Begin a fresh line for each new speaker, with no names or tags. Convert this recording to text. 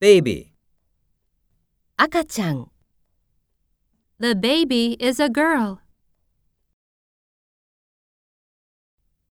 baby,
赤ちゃん The baby is a girl.